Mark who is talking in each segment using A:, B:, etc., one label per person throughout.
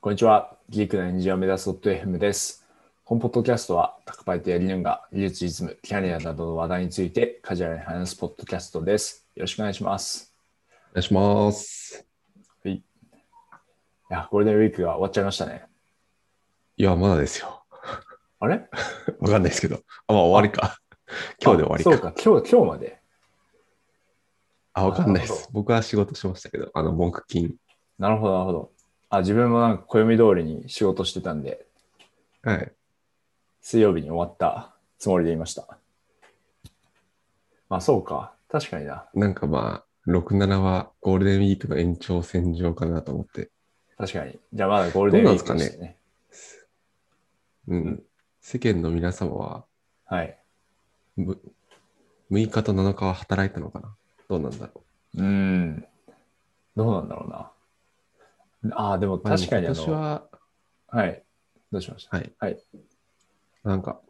A: こんにちは。ギークなエンジニアを目指す .fm です。本ポッドキャストは、宅配とやりぬんが技術、実務、キャリアなどの話題についてカジュアルに話すポッドキャストです。よろしくお願いします。
B: お願いします。
A: いや、ゴールデンウィークが終わっちゃいましたね。
B: いや、まだですよ。
A: あれ
B: わかんないですけど。あ、まあ、終わりか。今日で終わ
A: あ
B: りか。
A: そうか、今日、今日まで。
B: あ、わかんな
A: な
B: いで
A: るほ
B: す。僕は仕事しましたけど、あの、文句金。
A: なるほど、なるほど。あ、自分もなんか暦通りに仕事してたんで、
B: はい。
A: 水曜日に終わったつもりでいました。まあ、そうか。確かにな。
B: なんかまあ、6、7はゴールデンウィークの延長線上かなと思って。
A: 確かに。じゃあ、まだゴールデンウィークで
B: どうなんです
A: す
B: か
A: ね。
B: うん。
A: うん
B: 世間の皆様は
A: はい。
B: む、6日と7日は働いたのかなどうなんだろ
A: うーん。どうなんだろうな。ああ、でも
B: う。まあ
A: 確かに
B: で
A: あ
B: も今年
A: の、
B: は、
A: はい。どうしました
B: はい。
A: はい。
B: なんか、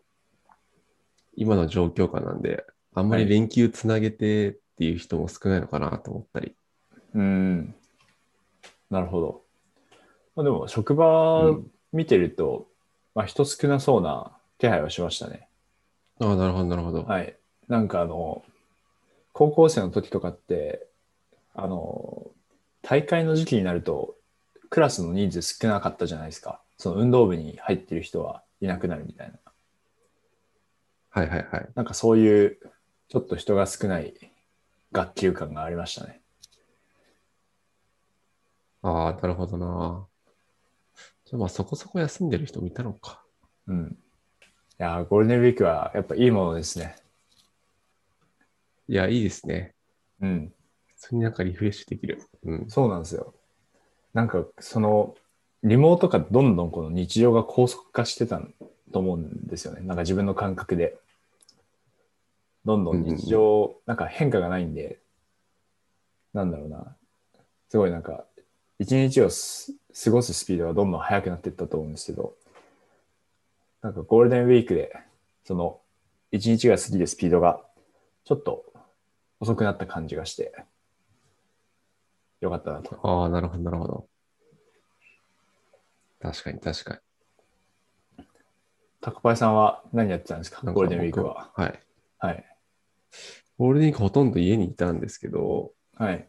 B: 今の状況下なんで、あんまり
A: はい
B: 連休つなげてっていう人も少ないのかなと思ったり。
A: うーん。なるほど。まあ、でも、職場
B: うん
A: 見てると、まあ、人少なそうな気配はしましたね。
B: ああ、なるほど、なるほど。
A: はい。なんかあの、高校生の時とかって、あの、大会の時期になると、クラスの人数少なかったじゃないですか。その運動部に入ってる人はいなくなるみたいな。
B: はいはいはい。
A: なんかそういう、ちょっと人が少ない学級感がありましたね。
B: ああ、なるほどな。じゃあまあそこそこ休んでる人見たのか。
A: うん。いやー、ゴールデンウィークはやっぱいいものですね。
B: いや、いいですね。
A: うん。
B: 普通になんかリフレッシュできる。うん。
A: そうなんですよ。なんか、その、リモート化どんどんこの日常が高速化してたと思うんですよね。なんか自分の感覚で。どんどん日常、なんか変化がないんで、なんだろうな。すごいなんか、一日をす過ごすスピードがどんどん速くなっていったと思うんですけど、なんかゴールデンウィークで、その、一日が過ぎるスピードが、ちょっと遅くなった感じがして、よかったなと。
B: ああ、なるほど、なるほど。確かに、確かに。
A: タコパイさんは何やってたんですか
B: なん
A: ゴ
B: か
A: ールデンウィーク
B: 僕
A: は。
B: はい。
A: はい。
B: ゴールデンウィークほとんど家にいたんですけど、
A: はい。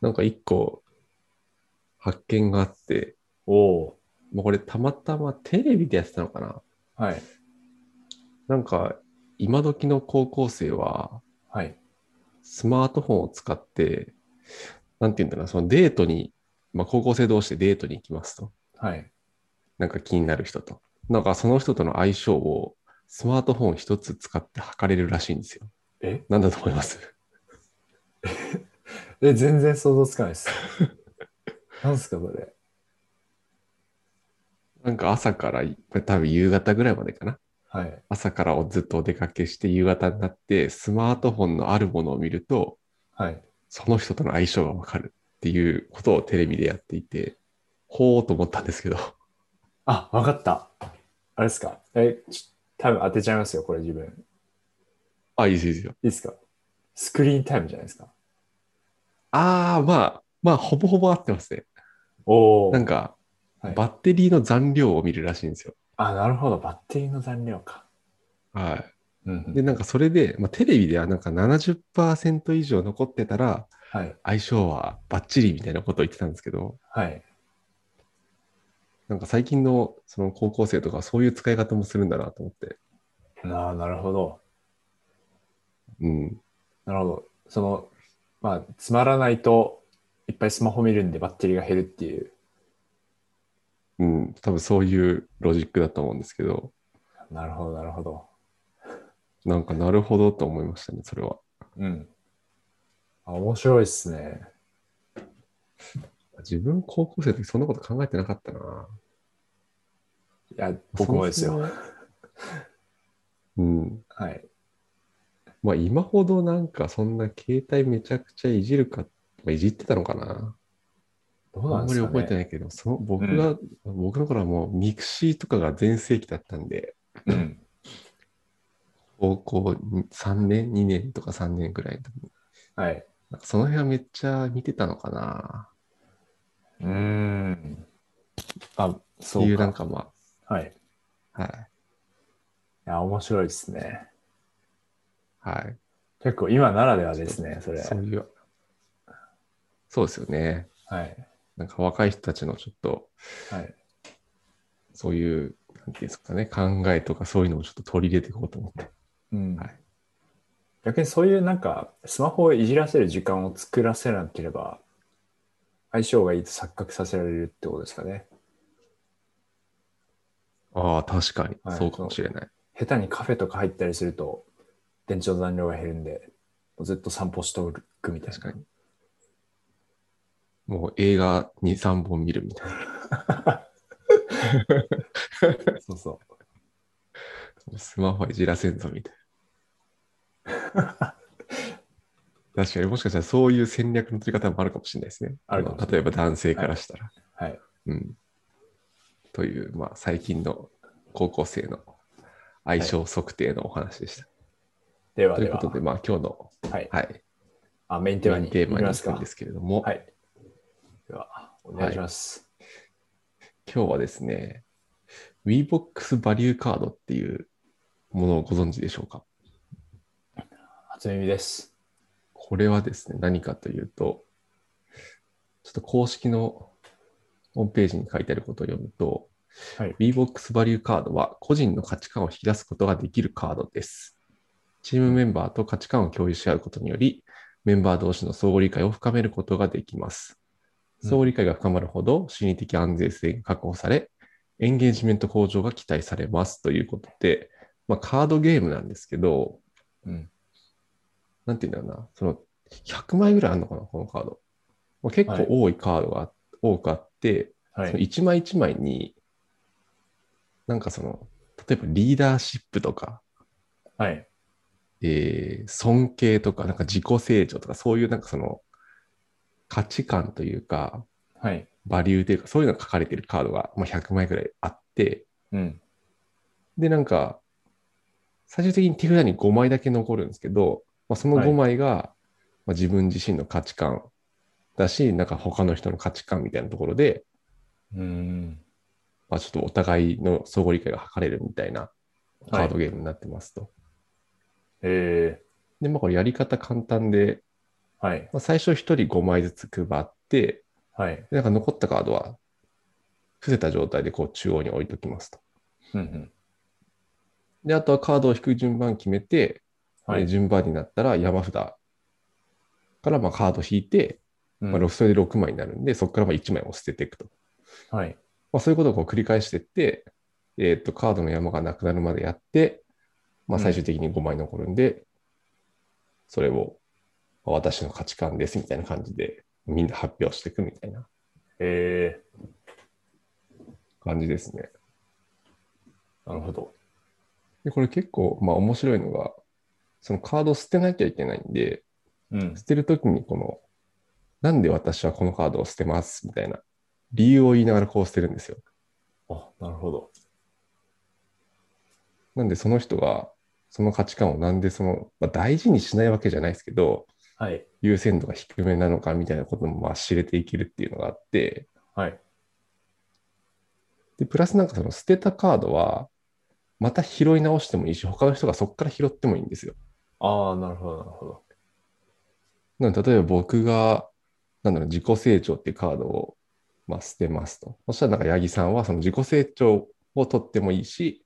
B: なんか一個発見があって、
A: おお
B: もうこれたまたまテレビでやってたのかな。
A: ー。はい。
B: なんか今時の高校生は
A: はい。
B: スマートフォンを使って、なんていうんだろうな、そのデートに、まあ、高校生同士でデートに行きますと。
A: はい。
B: なんか気になる人と。なんかその人との相性をスマートフォン一つ使って測れるらしいんですよ。
A: え
B: なんだと思います
A: え、全然想像つかない です。なんすか、それ。
B: なんか朝から、これ多分夕方ぐらいまでかな。
A: はい。
B: 朝からずっとお出かけして夕方になって、スマートフォンのあるものを見ると、
A: はい。
B: その人との相性がわかるっていうことをテレビでやっていて、ほーと思ったんですけど。
A: あ、わかった。あれですか。え、ち多分当てちゃいますよ、これ自分。い
B: あ、いいですいいですよ。
A: いですか。スクリーンタイムじゃないですか。
B: ああ、まあ、まあ、ほぼほぼ合ってますね。
A: おお。
B: なんか、
A: はい
B: バッテリーの残量を見るらしいんですよ。
A: あ、なるほど。バッテリーの残量か。
B: は
A: うんう
B: い。
A: ん
B: で、なんかそれで、まあ、テレビではなんか70%以上残ってたら、
A: はい。
B: 相性はバッチリみたいなことを言ってたんですけど、
A: はい。
B: なんか最近のその高校生とかそういう使い方もするんだなと思って。
A: なあ、なるほど。
B: うん。
A: なるほど。その、まあ、つまらないといっぱいスマホ見るんでバッテリーが減るっていう。
B: うん。多分そういうロジックだと思うんですけど、
A: なるほど、なるほど。
B: なんかなるほどと思いましたね、それは。
A: うん。あ面白いっすね。
B: 自分高校生の時そんなこと考えてなかったな。
A: いや、僕もです
B: そ
A: よ。
B: もそも。うん。
A: はい。
B: まあ今ほどなんかそんな携帯めちゃくちゃいじるか、まあ、いじってたのかな。
A: どう
B: あ
A: なんん
B: ま
A: で
B: り
A: すか、ね、
B: 覚えてないけど、その僕が、僕の頃はもうミクシーとかが全盛期だったんで、
A: うん。
B: 高校に3年、2年とか3年ぐらいの時に
A: はい。
B: なんかその辺はめっちゃ見てたのかな。
A: うーん。あ、
B: て
A: そうか。
B: いうなんかま
A: はい。い
B: あ、はい。
A: や、面白いですね。
B: はい。
A: 結構今ならではですね、それ。
B: そういう、そうですよね。
A: はい。
B: なんか若い人たちのちょっと、
A: はい。
B: そういう、なんていうんですかね、考えとかそういうのをちょっと取り入れていこうと思って。
A: うん
B: はい
A: 逆にそういうなんか、スマホをいじらせる時間を作らせなければ、相性がいいと錯覚させられるってことですかね。
B: ああ、確かに、
A: はい
B: そうかもしれない。
A: 下手にカフェとか入ったりすると、電池の残量が減るんで、もうずっと散歩しておくみたいな。
B: 確かに。もう映画2、3本見るみたいな。
A: そうそ
B: スマホはいじらせんぞみたい な。確かにもしかしたらそういう戦略の取り方もあるかもしれないですね。
A: あるかもしれない
B: 例えば男性からしたら。
A: う。はい。
B: うん。という、まあ、最近の高校生の相性測定のお話でした。
A: では
B: とい
A: で
B: う
A: は
B: こ、とで、まあ、今日の、
A: はい。
B: はい、
A: あ、メインテーマに。
B: テーマに
A: ま
B: 行
A: す
B: く
A: か
B: んですけれども、
A: はい。では、お願いします。
B: 今日はですね、WeBox バリューカードっていうものをご存知でしょうか
A: 初耳です。
B: これはですね、何かというと、ちょっと公式のホームページに書いてあることを読むと、
A: はい
B: WeBox バリューカードは個人の価値観を引き出すことができるカードです。チームメンバーと価値観を共有し合うことにより、メンバー同士の相互理解を深めることができます。
A: うん
B: 相互理解が深まるほど心理的安全性が確保され、エンゲージメント向上が期待されますということで、まあ、カードゲームなんですけど、
A: うん。
B: なんていうんだろうな、その100枚ぐらいあるのかな、このカード。まあ、結
A: はい
B: 構多いカードがあ多くあって、
A: は
B: その
A: い。
B: 1枚1枚に、なんかその、例えばリーダーシップとか、
A: はい。
B: えー尊敬とか、なんか自己成長とか、そういうなんかその価値観というか、
A: はい。
B: バリューというか、そういうのが書かれてるカードが、まあ、100枚ぐらいあって、
A: うん。
B: で、なんか、最終的に手札に5枚だけ残るんですけど、まあ、その
A: はい
B: 5枚が、まあ、自分自身の価値観だし、なんか他の人の価値観みたいなところで、
A: うん。
B: まあ、ちょっとお互いの相互理解が図れるみたいなカードゲームになってますと。
A: え
B: で、まあ、これやり方簡単で、
A: ー、はい。
B: まあ、最初1人5枚ずつ配って、
A: はい。
B: でなんか残ったカードは伏せた状態でこう中央に置いときますと。
A: うんうん。
B: で、あとはカードを引く順番決めて、
A: は
B: えー
A: い。
B: 順番になったら山札からまあカード引いて、
A: うん
B: まあ、それで6枚になるんで、そこからまあ1枚を捨てていくと。
A: はい。
B: まあ、そういうことをこう繰り返していって、えーっとカードの山がなくなるまでやって、まあ、
A: うん
B: 最終的に5枚残るんで、それをまあ私の価値観ですみたいな感じで、みんな発表していくみたいな
A: え
B: 感じですね。
A: ー、なるほど。
B: でこれ結構まあ面白いのが、そのカードを捨てなきゃいけないんで、
A: うん。
B: 捨てるときにこの、なんで私はこのカードを捨てますみたいな理由を言いながらこう捨てるんですよ。
A: あ、なるほど。
B: なんでその人がその価値観をなんでその、まあ、大事にしないわけじゃないですけど、
A: はい。
B: 優先度が低めなのかみたいなこともまあ知れていけるっていうのがあって、
A: はい。
B: で、プラスなんかその捨てたカードは、また拾い直してもいいし、他の人がそこから拾ってもいいんですよ。
A: ああ、なるほど、なるほど。
B: なので例えば僕が、なんだろう、自己成長っていうカードを、まあ、捨てますと。そしたらなんか八木さんはその自己成長を取ってもいいし、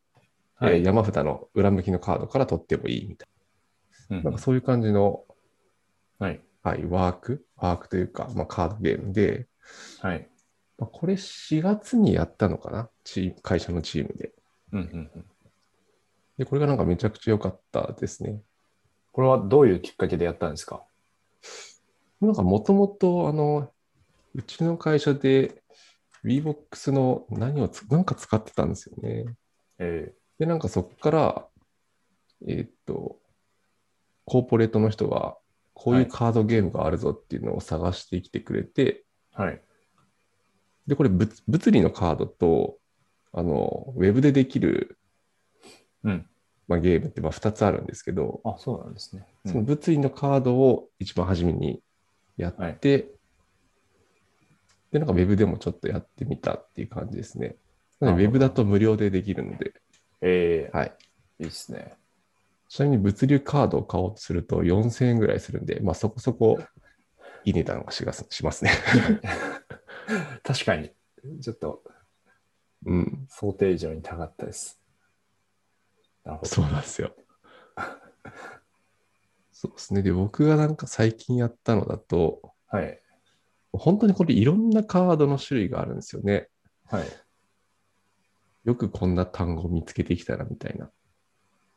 A: は
B: えー
A: い。
B: 山札の裏向きのカードから取ってもいいみたい
A: うん
B: な、なんかそういう感じの、
A: はい。
B: はい、ワーク、ワークというか、まあ、カードゲームで、
A: はい。
B: まあ、これ4月にやったのかな、チーム会社のチームで。
A: うんうんうん。
B: で、これがなんかめちゃくちゃ良かったですね。
A: これはどういうきっかけでやったんですか
B: なんかもともと、あの、うちの会社で WeBox の何をつ、なんか使ってたんですよね。
A: え
B: で、なんかそこから、えーっと、コーポレートの人が、こういうカードゲームがあるぞっていうのを探してきてくれて、
A: ー、はい。
B: で、これ物、物理のカードと、あの、ウェブでできる、
A: うん
B: まあ、ゲームってまあ2つあるんですけど、
A: あ、そうなんですね。うん
B: その物理のカードを一番初めにやって、
A: はい
B: で、なんか Web でもちょっとやってみたっていう感じですね。
A: なる
B: な
A: ほ
B: の
A: ど
B: で Web だと無料でできるので、
A: ええ
B: はい。
A: いいっすね。
B: ちなみに物流カードを買おうとすると4000円ぐらいするんで、まあそこそこいい値段がしがしますね。
A: 確かに、ちょっと
B: うん。
A: 想定以上に高かったです。なるほど。
B: そうなんですよ。 そうですね。で、僕がなんか最近やったのだと、
A: はい。
B: 本当にこれいろんなカードの種類があるんですよね。
A: はい。
B: よくこんな単語見つけてきたなみたいな。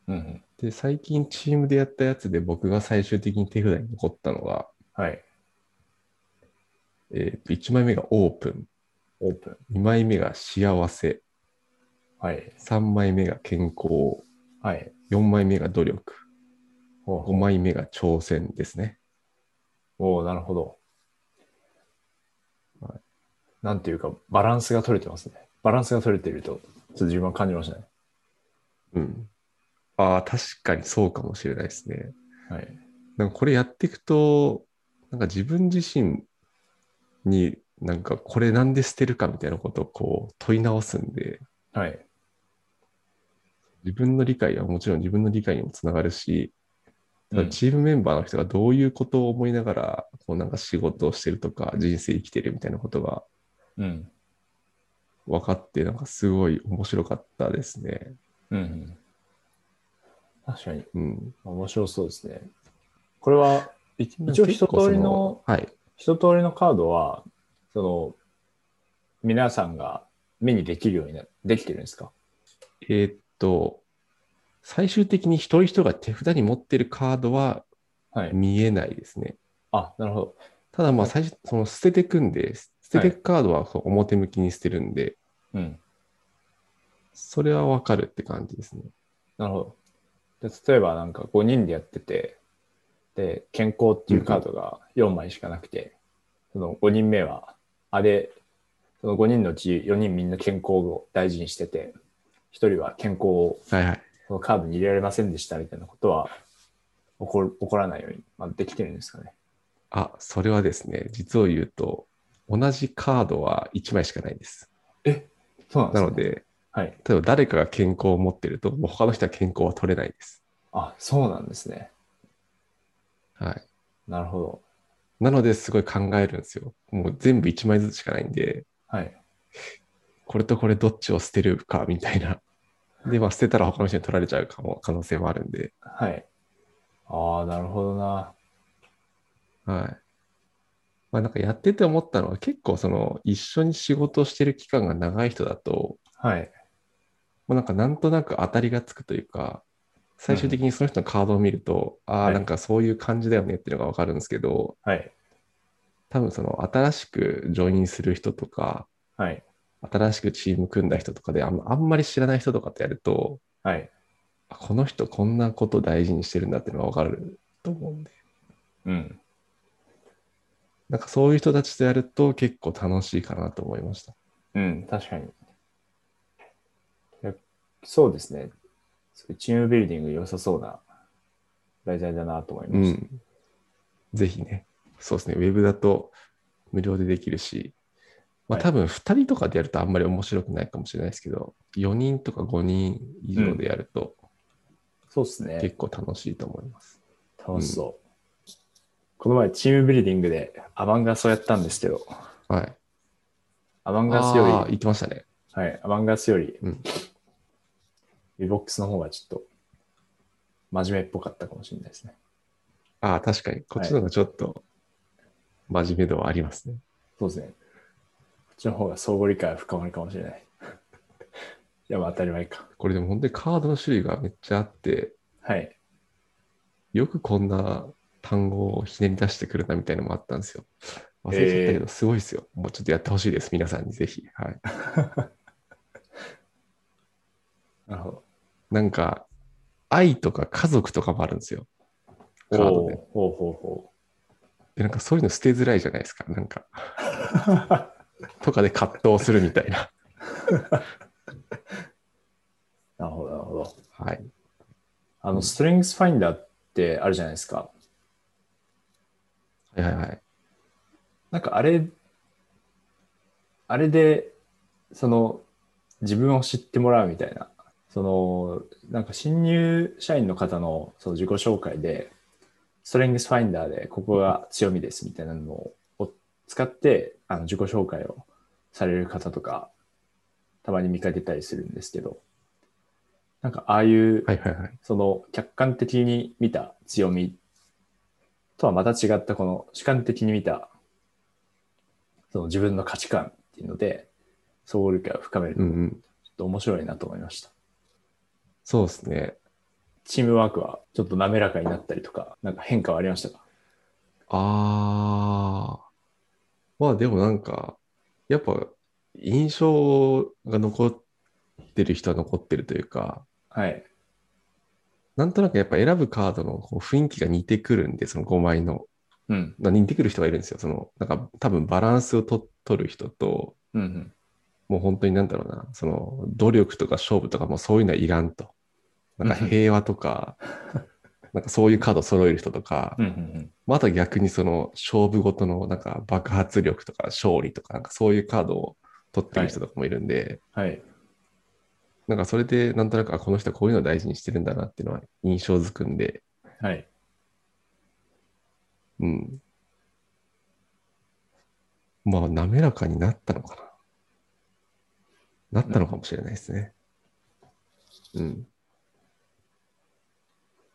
A: うんうん。
B: で、最近チームでやったやつで僕が最終的に手札に残ったのが、
A: はい。
B: えーと、1枚目がオープン、
A: オープン。
B: 2枚目が幸せ、
A: はい。
B: 3枚目が健康、
A: はい。
B: 4枚目が努力、
A: お
B: 5枚目が挑戦ですね。
A: おおなるほど。
B: はい
A: なんていうか、バランスが取れてますね。バランスが取れていると、ちょっと自分は感じましたね。
B: うん。ああ、確かにそうかもしれないですね。
A: はい。
B: なんかこれやっていくと、なんか自分自身になんかこれなんで捨てるかみたいなことをこう問い直すんで、
A: はい。
B: 自分の理解はもちろん自分の理解にもつながるし、
A: うん
B: ただチームメンバーの人がどういうことを思いながら、こうなんか仕事をしてるとか、人生生きてるみたいなことが
A: うん。
B: 分かって、なんかすごい面白かったですね。
A: うん、うん。確かに、
B: うん。
A: 面白そうですね。これは、一
B: なん
A: 応
B: か結
A: 一
B: 構そ
A: 通りの、
B: はい。
A: 一通りのカードは、その、皆さんが目にできるようにな、できてるんですか
B: えーっと、最終的に一人一人が手札に持ってるカードは
A: はい。
B: 見えないですね。
A: あ、なるほど。
B: ただまあ最初、その捨ててくんで、捨ててくカードはそう表向きに捨てるんで、
A: うん。
B: それはわかるって感じですね。
A: なるほど。で例えばなんか5人でやってて、で、健康っていうカードが4枚しかなくて、その5人目は、あれ、その5人のうち4人みんな健康を大事にしてて、1人は健康を
B: はいはい。
A: そのカードに入れられませんでしたみたいなことは起こる起こらないように、まあ、できてるんですかね。
B: あ、それはですね、実を言うと、同じカードは1枚しかないんです。
A: そうなんで
B: な
A: す、ね、
B: の。で、
A: はい。
B: 例えば誰かが健康を持ってると、もう他の人は健康は取れないです。
A: あ、そうなんですね。
B: はい。
A: なるほど。
B: なのですごい考えるんですよ。もう全部1枚ずつしかないんで、
A: はい。
B: これとこれどっちを捨てるかみたいな。で、まあ、捨てたら他の人に取られちゃうかも可能性もあるんで、
A: はい。ああ、なるほどな。
B: はい。まあ、なんかやってて思ったのは結構その一緒に仕事をしてる期間が長い人だと、
A: はい。
B: まあ、なんかなんとなく当たりがつくというか、最終的にその人のカードを見ると、あ
A: は
B: あ、
A: い
B: なんかそういう感じだよねっていうのがわかるんですけど、
A: はい。
B: 多分その新しくジョインする人とか、
A: はい。
B: 新しくチーム組んだ人とかであんあんまり知らない人とかとやると、
A: はい。
B: あこの人こんなこと大事にしてるんだっていうのがわかると思うんで、
A: うん。
B: なんかそういう人たちとやると結構楽しいかなと思いました。
A: うん、確かに。いやそうですね。すごいチームビルディング良さそうな題材だなと思いました。。
B: ぜひね、そうですね、ウェブだと無料でできるし、まあ、
A: はい
B: 多分2人とかでやるとあんまり面白くないかもしれないですけど、4人とか5人以上でやると
A: そうですね
B: 結。構楽しいと思います。
A: 楽しそう、この前、チームビルディングでアバンガスをやったんですけど、
B: はい。
A: アバンガスより、
B: ああ、言ってましたね。
A: はい、アバンガスより、
B: うん
A: VBOX の方がちょっと真面目っぽかったかもしれないですね。
B: ああ、確かに。こっちの方がちょっと真面目度はありますね。
A: そうですね。こっちの方が相互理解は深まるかもしれない。 いや、まあ当たり前か。
B: これでも本当にカードの種類がめっちゃあって、
A: はい。
B: よくこんな単語をひねり出してくるなみたいなのもあったんですよ。忘れちゃったけ
A: えー
B: ど、すごいですよ。もうちょっとやってほしいです。皆さんにぜひ。はい。
A: なるほど。
B: なんか、愛とか家族とかもあるんですよ。カードで。
A: おうほうほ
B: で、なんかそういうの捨てづらいじゃないですか。なんか、
A: うほう。
B: とかで葛藤するみたいな。
A: なるほど、なるほど。
B: はい。
A: あ
B: う
A: の、
B: ん
A: ストリングスファインダーってあるじゃないですか。
B: はいはいはい。
A: なんかあれ、あれで、その、自分を知ってもらうみたいな、その、なんか新入社員の方のその自己紹介で、ストレングスファインダーでここが強みですみたいなのを使って、あの自己紹介をされる方とか、たまに見かけたりするんですけど、なんかああいう
B: はいはいはい。
A: その客観的に見た強みとはまた違ったこの主観的に見たその自分の価値観っていうので相互理解を深める
B: うんう
A: のちょ
B: ん。
A: っと面白いなと思いました、
B: そうですね。
A: チームワークはちょっと滑らかになったりとかなんか変化はありましたか
B: ああ。まあでもなんか、やっぱ印象が残ってる人は残ってるというか、
A: はい
B: なんとなくやっぱ選ぶカードのこう雰囲気が似てくるんで、その5枚の。
A: うん
B: な似てくる人がいるんですよ。その、なんか多分バランスをと取る人と、
A: うんうん
B: もう本当になんだろうな、その努力とか勝負とかもうそういうのはいらんと。なんか
A: うんうん
B: 平和 とか、なんかそういうカード揃える人とか、
A: うんうん
B: また逆にその勝負ごとのなんか爆発力とか勝利とか、なんかそういうカードを取ってる人とかもいるんで、
A: うんはい
B: なんかそれでなんとなく、あ、この人はこういうのを大事にしてるんだなっていうのは印象づくんで、
A: はい
B: うん。まあ、滑らかになったのかな。なったのかもしれないですね。うん。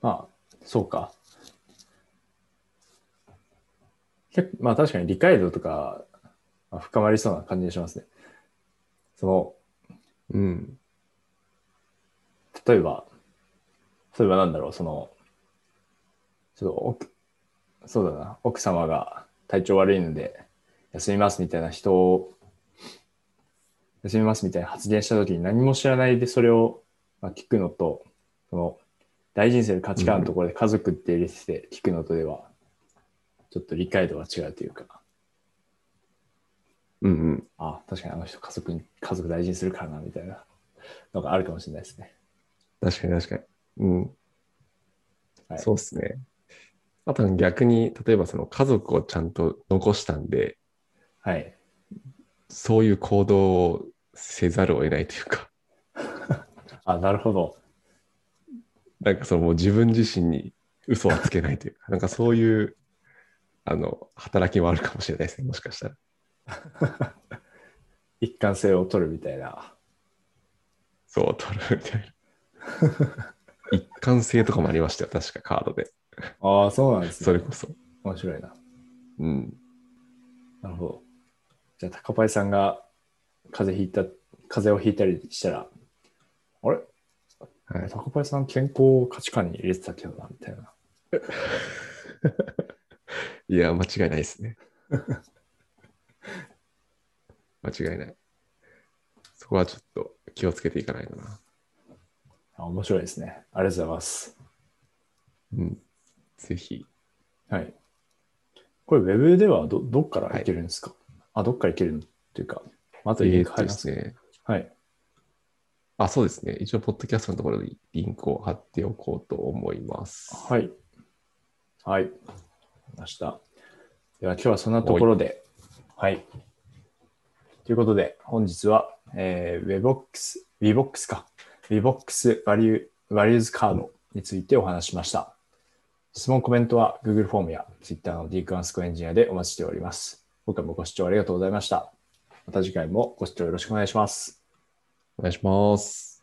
A: まあそうか結構まあ確かに理解度とかまあ深まりそうな感じがしますねその
B: うん。
A: 例えば、例えばなんだろう、その、ちょっと奥、そうだな、奥様が体調悪いので、休みますみたいな人を、休みますみたいな発言した時に何も知らないでそれをまあ聞くのと、その大事にする価値観のところで家族って入れてて聞くのとでは、ちょっと理解度が違うというか、
B: うんうん。
A: あ、確かにあの人家族に、家族大事にするからな、みたいなのがあるかもしれないですね。
B: 確かに確かに。うん。
A: はい
B: そうですね。あと逆に、例えばその家族をちゃんと残したんで、
A: はい。
B: そういう行動をせざるを得ないというか、
A: あ、なるほど。
B: なんかそのもう自分自身に嘘はつけないというか、なんかそういう、あの、働きもあるかもしれないですね、もしかしたら。
A: 一貫性を取るみたいな。
B: そう、取るみたいな。一貫性とかもありましたよ、確かカードで。
A: ああ、そうなんですね。
B: それこそ。
A: 面白いな。
B: うん。
A: なるほど。じゃあ、高パイさんが風邪ひいた、風邪をひいたりしたら、あれ
B: はい、
A: 高パイさん健康を価値観に入れてたけどな、みたいな。
B: いや、間違いないですね。 間違いない。そこはちょっと気をつけていかないとな。
A: あ面白いですね。ありがとうございます。
B: うん。ぜひ。
A: はい。これ、ウェブではど、どっからいけるんですか、あ、どっからいけるのっていうか、またリ
B: え
A: ン
B: ー
A: ク
B: っ
A: 入
B: と
A: り
B: で
A: ます
B: す
A: ね。
B: ね。
A: はい。
B: あ、そうですね。一応、ポッドキャストのところにリンクを貼っておこうと思います。
A: はい。はい。わかりました。では今日はそんなところで。はい。ということで、本日は、えー、Webox、Vbox か。Vbox バリュー、バリューズカードについてお話ししました。質問、コメントは Google フォームや Twitter の d クアンスコエンジニアでお待ちしております。今回もご視聴ありがとうございました。また次回もご視聴よろしくお願いします。
B: お願いします。